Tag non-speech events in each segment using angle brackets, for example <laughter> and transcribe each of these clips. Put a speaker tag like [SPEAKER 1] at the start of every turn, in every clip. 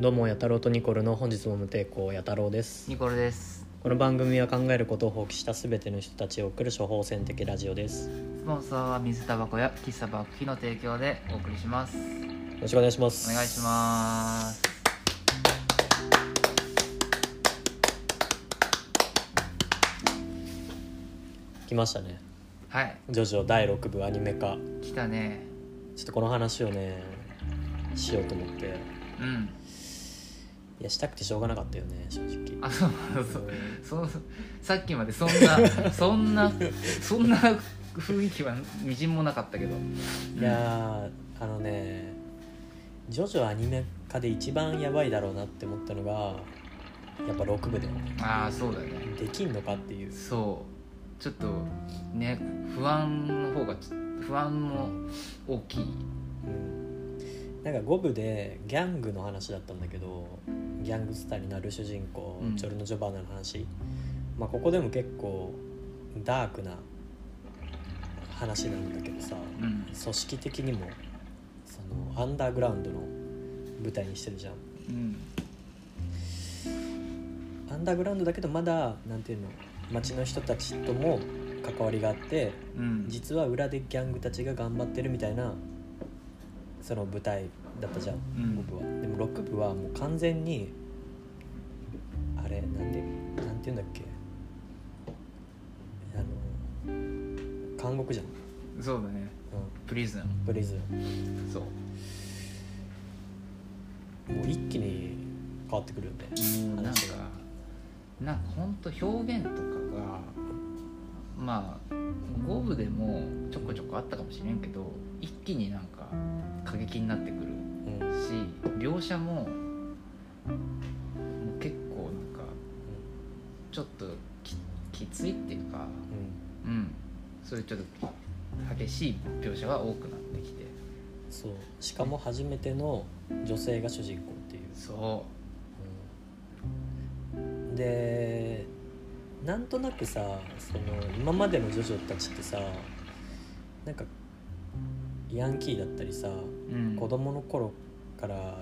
[SPEAKER 1] どうもやたろうとニコルの本日も無抵抗やたろうです
[SPEAKER 2] ニコルです
[SPEAKER 1] この番組は考えることを放棄したすべての人たちを送る処方箋的ラジオですよ
[SPEAKER 2] スポンサーは水タバコや喫茶バックの提供でお送りします
[SPEAKER 1] ろしくお願いします
[SPEAKER 2] お願いします
[SPEAKER 1] 来ましたね
[SPEAKER 2] はい
[SPEAKER 1] ジョジョ第6部アニメ化
[SPEAKER 2] 来たね
[SPEAKER 1] ちょっとこの話をねしようと思って
[SPEAKER 2] うん
[SPEAKER 1] いやしたくてしょうがなかったよね正直
[SPEAKER 2] あそうそうそうそさっきまでそんな <laughs> そんなそんな雰囲気はみじんもなかったけど
[SPEAKER 1] いやーあのねジョジョアニメ化で一番やばいだろうなって思ったのがやっぱ6部だよね
[SPEAKER 2] ああそうだね
[SPEAKER 1] できんのかっていう
[SPEAKER 2] そうちょっとね不安の方がち不安も大きい
[SPEAKER 1] うんなんか5部でギャングの話だったんだけどギャングスターになる主人公、
[SPEAKER 2] うん
[SPEAKER 1] ジョルノ・ジョバーナの話、まあ、ここでも結構ダークな話なんだけどさ
[SPEAKER 2] うん
[SPEAKER 1] 組織的にもそのアンダーグラウンドの舞台にしてるじゃん
[SPEAKER 2] うん
[SPEAKER 1] アンダーグラウンドだけどまだなんていうの街の人たちとも関わりがあって
[SPEAKER 2] うん
[SPEAKER 1] 実は裏でギャングたちが頑張ってるみたいなその舞台だったじゃん
[SPEAKER 2] うん
[SPEAKER 1] 5部は、でも6部はもう完全にあれなんでなんて言うんだっけあの監獄じゃん、
[SPEAKER 2] そうだね
[SPEAKER 1] う
[SPEAKER 2] プリズ
[SPEAKER 1] ん、プリズ
[SPEAKER 2] ンそう
[SPEAKER 1] ンもう一気に変わってくるよね
[SPEAKER 2] うんなんか
[SPEAKER 1] 話が
[SPEAKER 2] なんかほんと表現とかがまあ五部でもちょこちょこあったかもしれんけど一気になんか過激になってくる
[SPEAKER 1] うん
[SPEAKER 2] し描写ももう結構なんかちょっとききついっていうか
[SPEAKER 1] うん
[SPEAKER 2] うんそういうちょっと激しい描写が多くなってきて
[SPEAKER 1] そうしかも初めての女性が主人公っていう、
[SPEAKER 2] そ
[SPEAKER 1] うんでなんとなくさその今までのジョジョたちってさなんかヤンキーだったりさ
[SPEAKER 2] う、うん、
[SPEAKER 1] 子供の頃から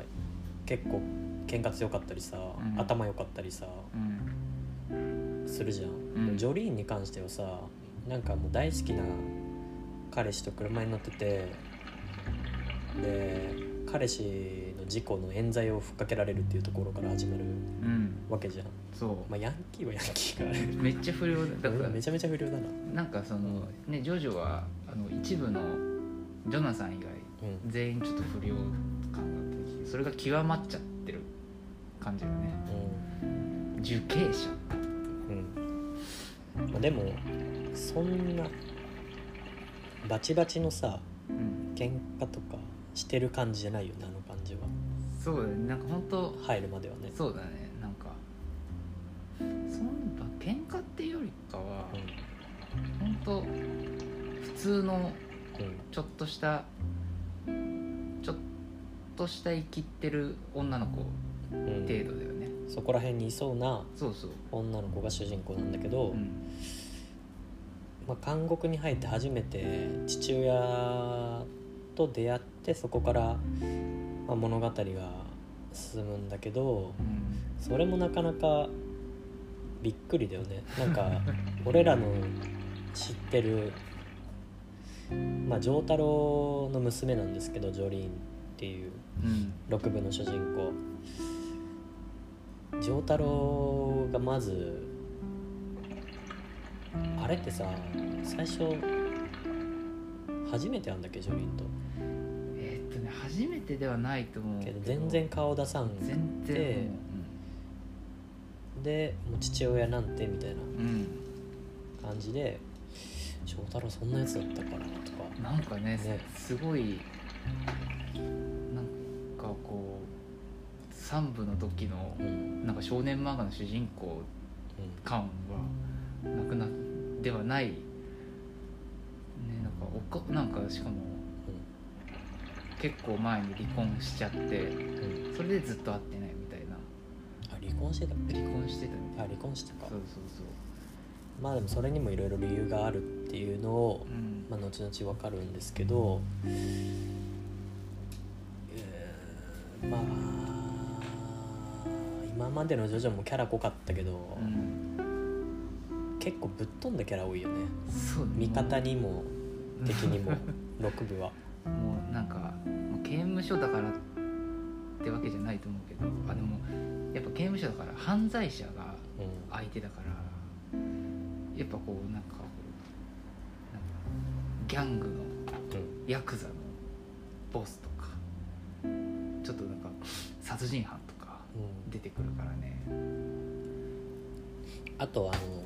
[SPEAKER 1] 結構喧嘩強かったりさ、
[SPEAKER 2] うん
[SPEAKER 1] 頭良かったりさ
[SPEAKER 2] うん
[SPEAKER 1] するじゃん、
[SPEAKER 2] うん
[SPEAKER 1] ジョリーンに関してはさなんかもう大好きな彼氏と車に乗っててで彼氏の事故の冤罪をふっかけられるっていうところから始まる
[SPEAKER 2] うん
[SPEAKER 1] わけじゃん、
[SPEAKER 2] そう、
[SPEAKER 1] まあ、ヤンキーはヤンキーがあれ
[SPEAKER 2] めっちゃ不良だだか
[SPEAKER 1] <laughs>
[SPEAKER 2] ら
[SPEAKER 1] めちゃめちゃ不良だな
[SPEAKER 2] なんかそのねジョジョはあの一部のジョナサン以外
[SPEAKER 1] うん
[SPEAKER 2] 全員ちょっと不良感があってそれが極まっちゃってる感じよね受刑者
[SPEAKER 1] うん、うんまあ、でもそんなバチバチのさ
[SPEAKER 2] うん
[SPEAKER 1] 喧嘩とかしてる感じじゃないよねあの感じは
[SPEAKER 2] そうだねなんか本当
[SPEAKER 1] 入るまではね
[SPEAKER 2] そうだねなんかそんな喧嘩っていうよりかは本当普通の
[SPEAKER 1] うんうん
[SPEAKER 2] ちょっとしたちょっとした生きってる女の子
[SPEAKER 1] うん
[SPEAKER 2] 程度だよね
[SPEAKER 1] そこら辺にいそうな
[SPEAKER 2] そうそう
[SPEAKER 1] 女の子が主人公なんだけど、
[SPEAKER 2] うん
[SPEAKER 1] まあ、監獄に入って初めて父親と出会ってそこから、まあ、物語が進むんだけど
[SPEAKER 2] うん
[SPEAKER 1] それもなかなかびっくりだよねなん
[SPEAKER 2] <laughs>
[SPEAKER 1] か俺らの知ってるまあ丈太郎の娘なんですけどジョリーンっていう
[SPEAKER 2] うん
[SPEAKER 1] 6部の主人公丈太郎がまずあれってさ最初初めて会うんだっけジョリーンと
[SPEAKER 2] えーっとね初めてではないと思う
[SPEAKER 1] けど全然顔出さん
[SPEAKER 2] 全
[SPEAKER 1] で
[SPEAKER 2] 然
[SPEAKER 1] でもう父親なんてみたいな
[SPEAKER 2] うん、うん
[SPEAKER 1] 感じで丈太郎そんなやつだったからとか
[SPEAKER 2] なんかね
[SPEAKER 1] ね
[SPEAKER 2] すごいなんかこう三部の時の
[SPEAKER 1] うんうん
[SPEAKER 2] なんか少年漫画の主人公感はなくなではないねなんかおかなんかしかも結構前に離婚しちゃって
[SPEAKER 1] うんうん
[SPEAKER 2] それでずっと会ってないみたいな
[SPEAKER 1] あ離婚してたっけ
[SPEAKER 2] 離婚してたみ
[SPEAKER 1] あ
[SPEAKER 2] たいな
[SPEAKER 1] 離婚したか
[SPEAKER 2] そうそう
[SPEAKER 1] まあでもそれにもいろいろ理由があるっていうのを
[SPEAKER 2] そう、うん
[SPEAKER 1] まあ、後々わかるんですけど、えーまあ今までのジョジョもキャラ濃かったけど、
[SPEAKER 2] うん
[SPEAKER 1] 結構ぶっ飛んだキャラ多いよね
[SPEAKER 2] そう
[SPEAKER 1] 味方にも敵にも6部は
[SPEAKER 2] <laughs> もうなんかもう刑務所だからってわけじゃないと思うけどあでもやっぱ刑務所だから犯罪者が <laughs>
[SPEAKER 1] うん
[SPEAKER 2] 相手だからやっぱこうなんかこうなんかギャングの
[SPEAKER 1] うん
[SPEAKER 2] ヤクザのボスとかちょっとなんか殺人犯とか
[SPEAKER 1] うん
[SPEAKER 2] 出てくるからね
[SPEAKER 1] あとあの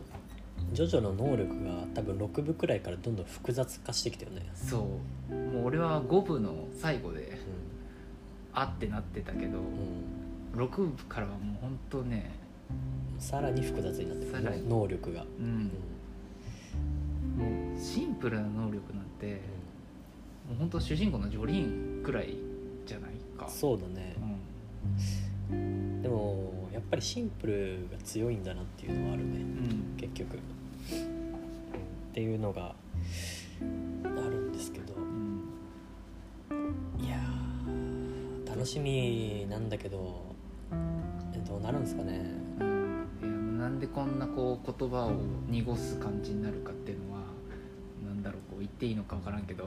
[SPEAKER 1] ジョジョの能力が多分6部くらいからどんどん複雑化してきたよね、
[SPEAKER 2] そうもう俺は5部の最後で
[SPEAKER 1] う
[SPEAKER 2] あってなってたけど
[SPEAKER 1] んうん、
[SPEAKER 2] 6部からはもう本当ね
[SPEAKER 1] さらに複雑になってく
[SPEAKER 2] さら
[SPEAKER 1] る
[SPEAKER 2] に
[SPEAKER 1] 能力が、
[SPEAKER 2] うんもうシンプルな能力なんてもう本当主人公のジョリーンくらいじゃないか
[SPEAKER 1] そうだね
[SPEAKER 2] う
[SPEAKER 1] でもやっぱりシンプルが強いんだなっていうのはあるね
[SPEAKER 2] ん、うん、
[SPEAKER 1] 結局っていうのがあるんですけど
[SPEAKER 2] うん
[SPEAKER 1] いやー楽しみなんだけどえどうなるんですかね
[SPEAKER 2] いやなんでこんなこう言葉を濁す感じになるかっていうのはなんだろうこう言っていいのか分からんけど、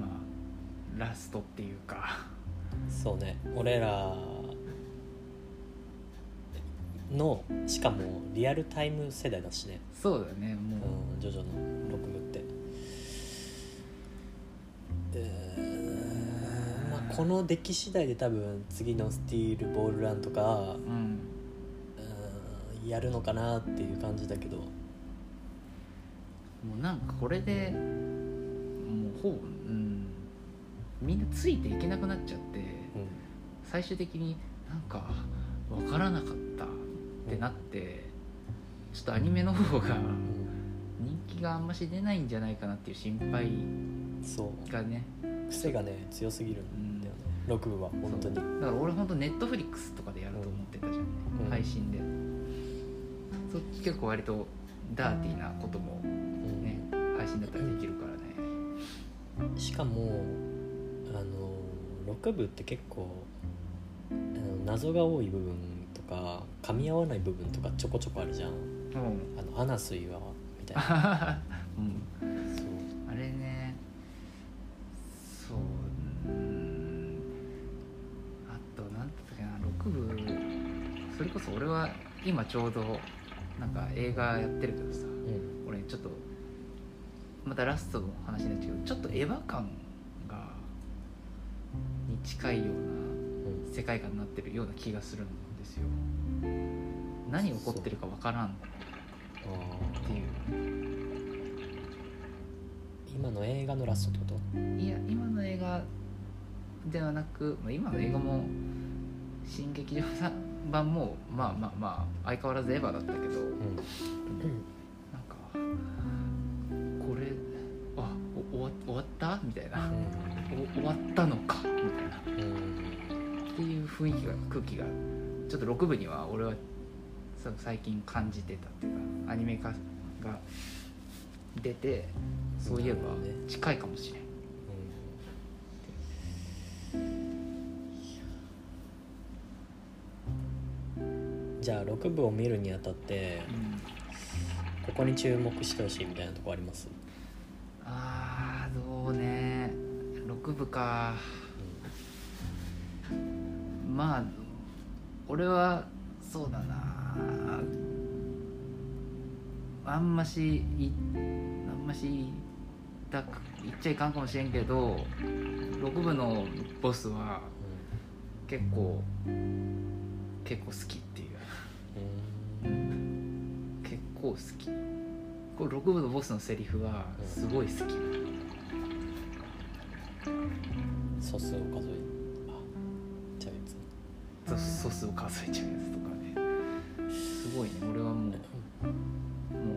[SPEAKER 2] まあラストっていうか
[SPEAKER 1] そうね俺らのしかもリアルタイム世代だしね
[SPEAKER 2] そうだねも
[SPEAKER 1] うん、ジョジョの6部って、えーまあ、この出来次第で多分次の「スティールボールラン」とか、
[SPEAKER 2] ううん
[SPEAKER 1] うん、やるのかなっていう感じだけど
[SPEAKER 2] もうなんかこれでもうほぼ、うん、みんなついていけなくなっちゃって
[SPEAKER 1] う
[SPEAKER 2] 最終的になんか分からなかったってなってちょっとアニメの方が
[SPEAKER 1] ん、
[SPEAKER 2] 人気があんまし出ないんじゃないかなっていう心配
[SPEAKER 1] うんそ
[SPEAKER 2] がね
[SPEAKER 1] う癖がね強すぎるんだよね、6部は本当に
[SPEAKER 2] そうだから俺本当ネットフリックスとかでやると思ってたじゃんね、
[SPEAKER 1] うん
[SPEAKER 2] 配信でそっち結構割とダーティーなことも
[SPEAKER 1] うん
[SPEAKER 2] ね配信だったらできるからね
[SPEAKER 1] しかもあの6部って結構あの謎が多い部分とか噛み合わない部分とかちょこちょこあるじゃん
[SPEAKER 2] うん
[SPEAKER 1] あのアナスイワみたいな
[SPEAKER 2] うん <laughs>
[SPEAKER 1] そう
[SPEAKER 2] あれねそううんあと何だったっけな6部それこそ俺は今ちょうどなんか映画やってるけどさ
[SPEAKER 1] うん
[SPEAKER 2] 俺ちょっとまたラストの話になっちゃうけどちょっとエヴァ感がに近いよう
[SPEAKER 1] うん
[SPEAKER 2] な世界観になってるような気がするんですよ何起こってるか分からんっ
[SPEAKER 1] あー
[SPEAKER 2] ていう
[SPEAKER 1] 今の映画のラストってこと
[SPEAKER 2] いや今の映画ではなく、まあ、今の映画も新劇場版もまあまあまあ相変わらずエヴァだったけど
[SPEAKER 1] うん
[SPEAKER 2] なんかこれあお終わ終わったみたいなお終わったのかみたいな
[SPEAKER 1] うんうん
[SPEAKER 2] っていう雰囲気が空気がちょっと6部には俺はそう最近感じてたっていうかアニメ化が出てそういえば
[SPEAKER 1] なるほどね
[SPEAKER 2] 近いかもしれん、
[SPEAKER 1] じゃあ6部を見るにあたってここに注目してほしいみたいなとこあります、
[SPEAKER 2] ああどうね6部かまあ俺はそうだなあんましいあんまし言ったく言っちゃいかんかもしれんけど6部のボスは結構結構好きっていう
[SPEAKER 1] うん
[SPEAKER 2] 結構好きこれ6部のボスのセリフはすごい好き、
[SPEAKER 1] 素数を数えあちゃうやつ
[SPEAKER 2] ソソースを数えちゃうやつとかねすごいね俺はも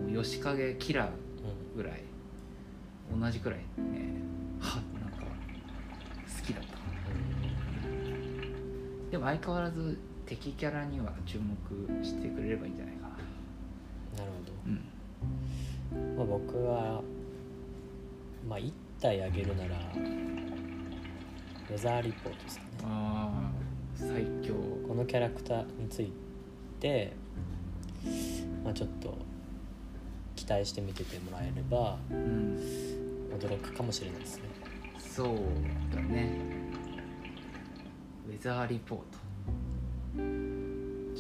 [SPEAKER 2] うもう吉影キラー
[SPEAKER 1] う
[SPEAKER 2] ぐらい同じくらいねはなんか好きだったでも相変わらず敵キャラには注目してくれればいいんじゃないかな
[SPEAKER 1] うんなる
[SPEAKER 2] うん
[SPEAKER 1] ほど、まあ、僕はまあ1体あげるならレザーリポートですかね
[SPEAKER 2] ああ最強
[SPEAKER 1] このキャラクターについて、まあ、ちょっと期待して見ててもらえれば
[SPEAKER 2] うん
[SPEAKER 1] 驚くかもしれないですね
[SPEAKER 2] そうだねウェザーリポートちょっ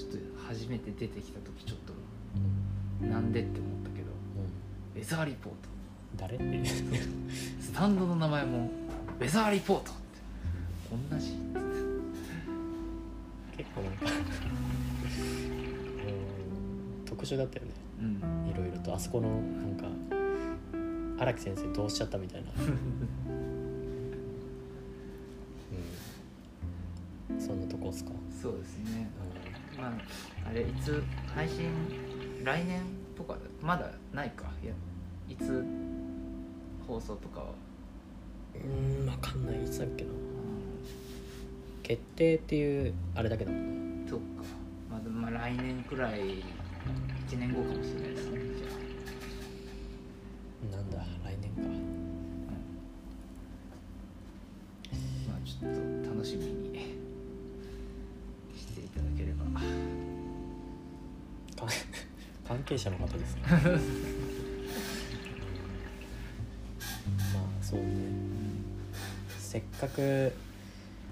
[SPEAKER 2] と初めて出てきた時ちょっとなんでって思ったけど
[SPEAKER 1] うん
[SPEAKER 2] ウェザーリポート
[SPEAKER 1] 誰 <laughs> っていう
[SPEAKER 2] スタンドの名前もウェザーリポートって同じ
[SPEAKER 1] 結構なんか <laughs> うん特殊だったよね
[SPEAKER 2] うん
[SPEAKER 1] いろいろとあそこのなんか荒木先生どうしちゃったみたいな、うん、そんなとこっすか、
[SPEAKER 2] そうですね
[SPEAKER 1] う
[SPEAKER 2] まああれいつ配信来年とかまだないかいやいつ放送とかは
[SPEAKER 1] ん、うん、分かんないいつだっけな決定っていうあれだけどもね
[SPEAKER 2] そっかまだ、まあ、来年くらい1年後かもしれないですねじゃあ
[SPEAKER 1] なんだ来年か
[SPEAKER 2] まあちょっと楽しみにしていただければ
[SPEAKER 1] か <laughs> 関係者の方ですねまあそうねせっかく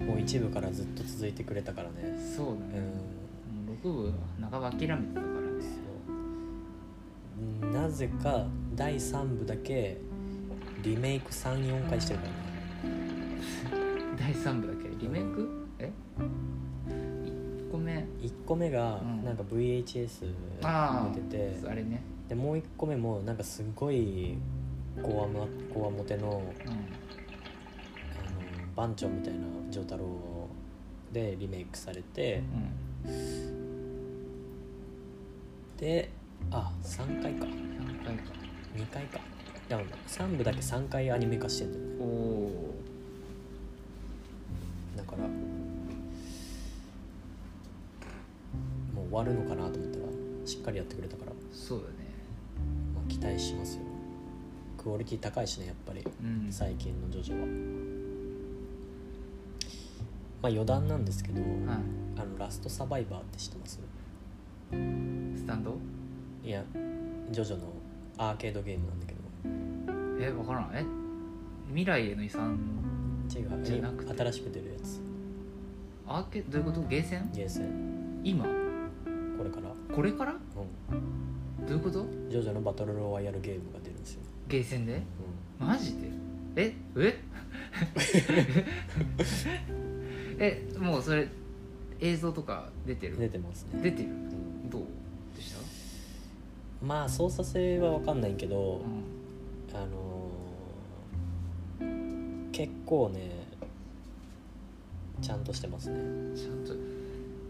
[SPEAKER 1] もう一部からずっと続いてくれたからね
[SPEAKER 2] そうだ
[SPEAKER 1] う
[SPEAKER 2] ね、
[SPEAKER 1] ん
[SPEAKER 2] もう6部は半ば諦めてたからね
[SPEAKER 1] そうなぜか第3部だけリメイク34回してるからね
[SPEAKER 2] 第3部だけリメイクえ1個目
[SPEAKER 1] 1個目が
[SPEAKER 2] うん
[SPEAKER 1] なんか VHS
[SPEAKER 2] ああ
[SPEAKER 1] 出てて、
[SPEAKER 2] あれね、
[SPEAKER 1] でもう1個目もなんかすごいこわもこわもての
[SPEAKER 2] う
[SPEAKER 1] あの番長みたいな丈太郎でリメイクされて
[SPEAKER 2] ん
[SPEAKER 1] であ3回か
[SPEAKER 2] うん、3回か
[SPEAKER 1] 2回かでも3部だけ3回アニメ化してんだよね
[SPEAKER 2] おお
[SPEAKER 1] だからもう終わるのかなと思ったらしっかりやってくれたから、
[SPEAKER 2] そうだね
[SPEAKER 1] まあ、期待しますよクオリティ高いしねやっぱり
[SPEAKER 2] うん
[SPEAKER 1] 最近のジョジョはまあ余談なんですけど、
[SPEAKER 2] は
[SPEAKER 1] あのラストサバイバーって知ってます
[SPEAKER 2] いスタンド
[SPEAKER 1] いやジョジョのアーケードゲームなんだけど
[SPEAKER 2] え分からんえ未来への遺産
[SPEAKER 1] 違う
[SPEAKER 2] じゃなくて
[SPEAKER 1] 新しく出るやつ
[SPEAKER 2] アーケどういうことゲーセン
[SPEAKER 1] ゲーセン
[SPEAKER 2] 今
[SPEAKER 1] これから、う
[SPEAKER 2] これから
[SPEAKER 1] ん、
[SPEAKER 2] どういうこと
[SPEAKER 1] ジョジョのバトルロワイヤルゲームが出るんですよ、
[SPEAKER 2] ゲーセンで
[SPEAKER 1] うん
[SPEAKER 2] マジでえええもうそれ映像とか出て
[SPEAKER 1] 出
[SPEAKER 2] る
[SPEAKER 1] てますね
[SPEAKER 2] 出てる
[SPEAKER 1] うん
[SPEAKER 2] どうでした、
[SPEAKER 1] まあ操作性は分かんないけど
[SPEAKER 2] う、ん、
[SPEAKER 1] あのー結構ねちゃんとしてますね
[SPEAKER 2] ちゃんと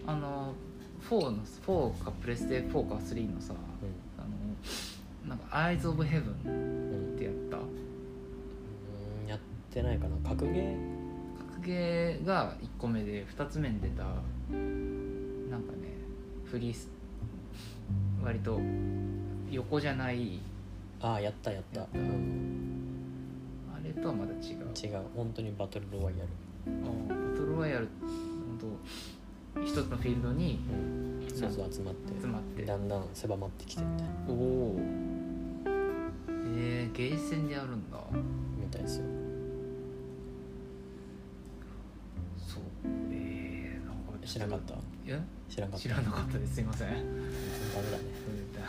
[SPEAKER 2] あの4の4かプレステ4か3のさあのなんか「アイズ・オブ・ヘブン」
[SPEAKER 1] うん、うん
[SPEAKER 2] ってやっ
[SPEAKER 1] う
[SPEAKER 2] た
[SPEAKER 1] んやってないかな格ゲー
[SPEAKER 2] 格ゲーが1個目で2つ目に出たなんかねフリース割と横じゃない
[SPEAKER 1] ああやったやった
[SPEAKER 2] やった
[SPEAKER 1] うん、
[SPEAKER 2] あれとはまだ違う
[SPEAKER 1] 違う本当にバトルロワイヤル、
[SPEAKER 2] ああバトルロワイヤル本当一つのフィールドに
[SPEAKER 1] うん、そうそう集まって
[SPEAKER 2] 集まって
[SPEAKER 1] だんだん狭まってきてみたいな
[SPEAKER 2] おおえー、ゲーセンでやるんだ
[SPEAKER 1] みたいですよ
[SPEAKER 2] そうえー、なんか
[SPEAKER 1] 知らなかった
[SPEAKER 2] え
[SPEAKER 1] 知らなかった
[SPEAKER 2] 知らなかったですすいませんダメ
[SPEAKER 1] ダメだね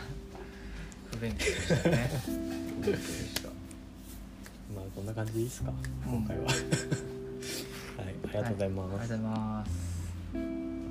[SPEAKER 2] だ不勉強でしたね
[SPEAKER 1] <laughs>
[SPEAKER 2] 不勉強でした
[SPEAKER 1] まあこんな感じでいいですか
[SPEAKER 2] うん
[SPEAKER 1] <laughs> 今回は、はいありがとうございます、
[SPEAKER 2] ありがとうございます